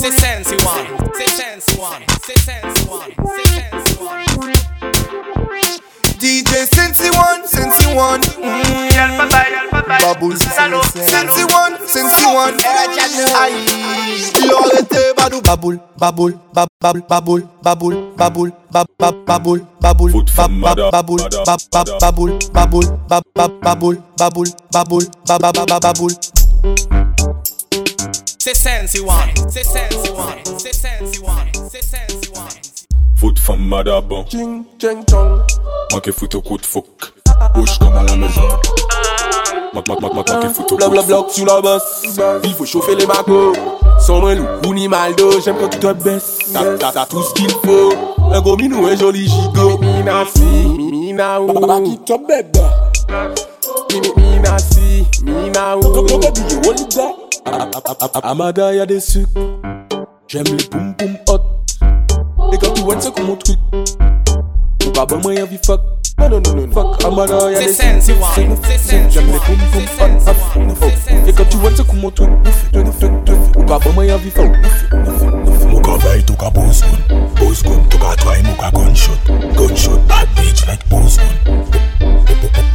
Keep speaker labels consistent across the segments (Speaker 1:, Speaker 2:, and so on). Speaker 1: C'est sensi one, c'est sensi one, c'est sensi one, c'est sensi one.
Speaker 2: DJ Sensi One, Sensi One, mm. Babou Sensi One, Sensi One, aïe. L'or était badou baboul, baboul, bab- bab- baboul, baboul, baboul, bab- bab- baboul, baboul,
Speaker 3: Foot
Speaker 2: bab-
Speaker 3: from
Speaker 2: bab-
Speaker 3: Mada-
Speaker 2: baboul,
Speaker 3: Mada-
Speaker 2: bab- bab- baboul, baboul, bab- bab- baboul, baboul, baboul, bab- bab- bab- baboul.
Speaker 1: C'est sensi one, c'est sensi one, c'est sensi one, c'est sensi one.
Speaker 3: Foot hein. from Madaba,
Speaker 4: Ching, ching, chong.
Speaker 3: manqué foot au coup de fouc. Bouche comme à la maison. Mac, mac, mac, mac, manqué foot au
Speaker 4: Bloc,
Speaker 3: coup
Speaker 4: bloc,
Speaker 3: de fouc.
Speaker 4: bloc sous la bosse. Il faut chauffer les macos. Sans moi, ou ni maldo, j'aime quand tu te baisses. T'as, t'as, t'as tout ce qu'il faut. Un gros minou, un joli gigot. Mina si, mina ou. Baba qui te bébé. Mina si, mina ou. Amada, y'a des sucres. J'aime les poum poum hot. Et quand tu vois, c'est comme mon truc. Ou pas bon moyen, vie fuck. Non, non, non, non, non. Fuck, Amada, y'a
Speaker 1: C'est
Speaker 4: des
Speaker 1: sensi one, c'est sensi
Speaker 4: J'aime les
Speaker 1: one,
Speaker 4: poum poum
Speaker 1: c'est
Speaker 4: hot.
Speaker 1: sensi
Speaker 4: hot,
Speaker 1: one,
Speaker 4: hot,
Speaker 1: c'est
Speaker 4: hot. Et
Speaker 1: sensi
Speaker 4: quand tu vois, c'est comme mon truc. Ou pas bon moyen, vie fuck.
Speaker 5: Mou ka vey tou ka pose kon Pose kon tou ka try mou ka gunshot Gunshot bad bitch like pose kon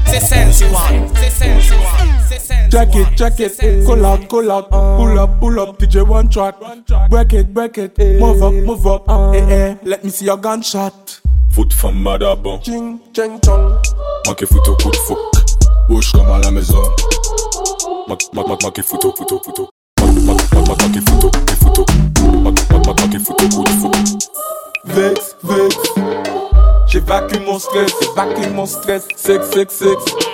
Speaker 1: C'est sensi one, c'est sensi one, c'est sensi
Speaker 4: Check
Speaker 1: one.
Speaker 4: it, check it, Call out, call out. Pull up, pull up. DJ one track. Break it, break it. Move up, move up. Eh, eh. Let me see your gunshot.
Speaker 3: Foot from Madaba,
Speaker 4: Ching, ching, chong.
Speaker 3: manqué foot au coup de fouc. Bouche comme à la maison. Mac, mac, mac, manqué foot au foot au foot au. Mac, mac, mac, mac, manqué foot au coup de fouc. Mac, mac, mac, manqué foot au coup de fouc.
Speaker 4: Vex, vex. J'évacue mon stress, j'évacue mon stress. Sex, sex, sex.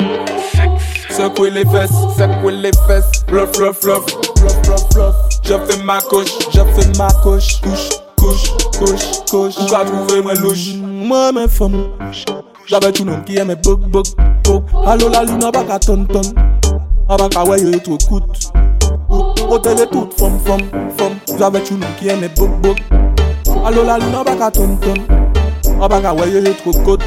Speaker 4: Secouer les fesses, secouer les fesses. Bluff, bluff, bluff, bluff, bluff, bluff. Je fais ma coche, je fais ma coche. Couche, couche, couche, couche. Ou pas trouver ma louche. Moi, mes femmes. J'avais tout nom qui aimait bug, bug, bug. Allô, la lune, on va qu'à ton, ton. On va qu'à ouais, yo, tout coûte. Hôtel et toute femme, femme, femme. J'avais tout nom qui aimait bug, bug. Allô la lune, on va qu'à ton ton On va qu'à voyer les trop côtes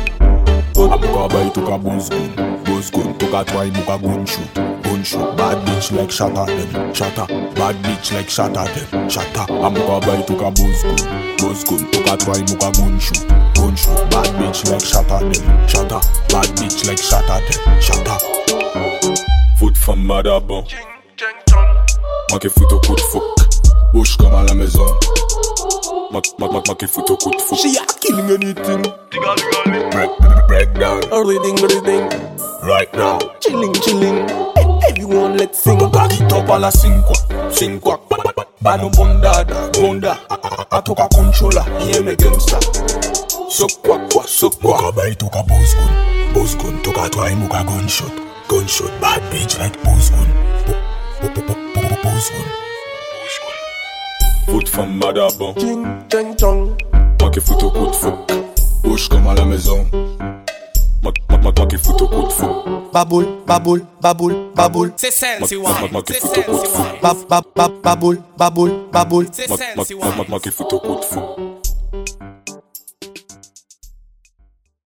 Speaker 5: Mou ka vey tou ka pose kon Pose kon tou ka try mou ka gunshot Gunshot bad bitch like shot at them Shot at Bad bitch like shot at them Shot at Mou ka vey tou ka pose kon Pose kon tou ka try mou ka gunshot Gunshot bad bitch like shot at them Shot at Bad bitch like shot at them Shot at
Speaker 3: Foot from Madaba, manqué foot au coup de fouc. Bouche comme à la maison. Mac, mac, mac, manqué foot au coup de fouc.
Speaker 4: She a killing anything
Speaker 5: Break, break down
Speaker 4: A reading, reading
Speaker 5: right now
Speaker 4: Chilling, chilling E- Everyone let's sing
Speaker 5: Bagi top a la sinkwa, sinkwa Bano bonda da, bonda A toka kontrola, ye me gangsta Sok kwa kwa, sok kwa Muka bay toka boss gun, boss gun Toka try muka gunshot, gunshot Bad bitch like boss gun Boss gun
Speaker 3: Foot from Madaba,
Speaker 4: Ching, ching, chong
Speaker 3: manqué foot oh, au coup de fouc. Bouche comme à la maison. Mac, mac, mac, manqué foot oh, au coup de fouc.
Speaker 2: Baboul, baboul, baboul, baboul.
Speaker 1: C'est sensi one,
Speaker 3: Mac, mac, mac,
Speaker 1: c'est
Speaker 3: manqué foot au coup de
Speaker 1: sensi
Speaker 3: fouc.
Speaker 1: one,
Speaker 2: Bab, bab, bab, baboul, baboul, baboul.
Speaker 1: c'est
Speaker 3: Mac,
Speaker 1: sensi
Speaker 3: mac, mac,
Speaker 1: one.
Speaker 3: manqué foot oh, au coup de fouc.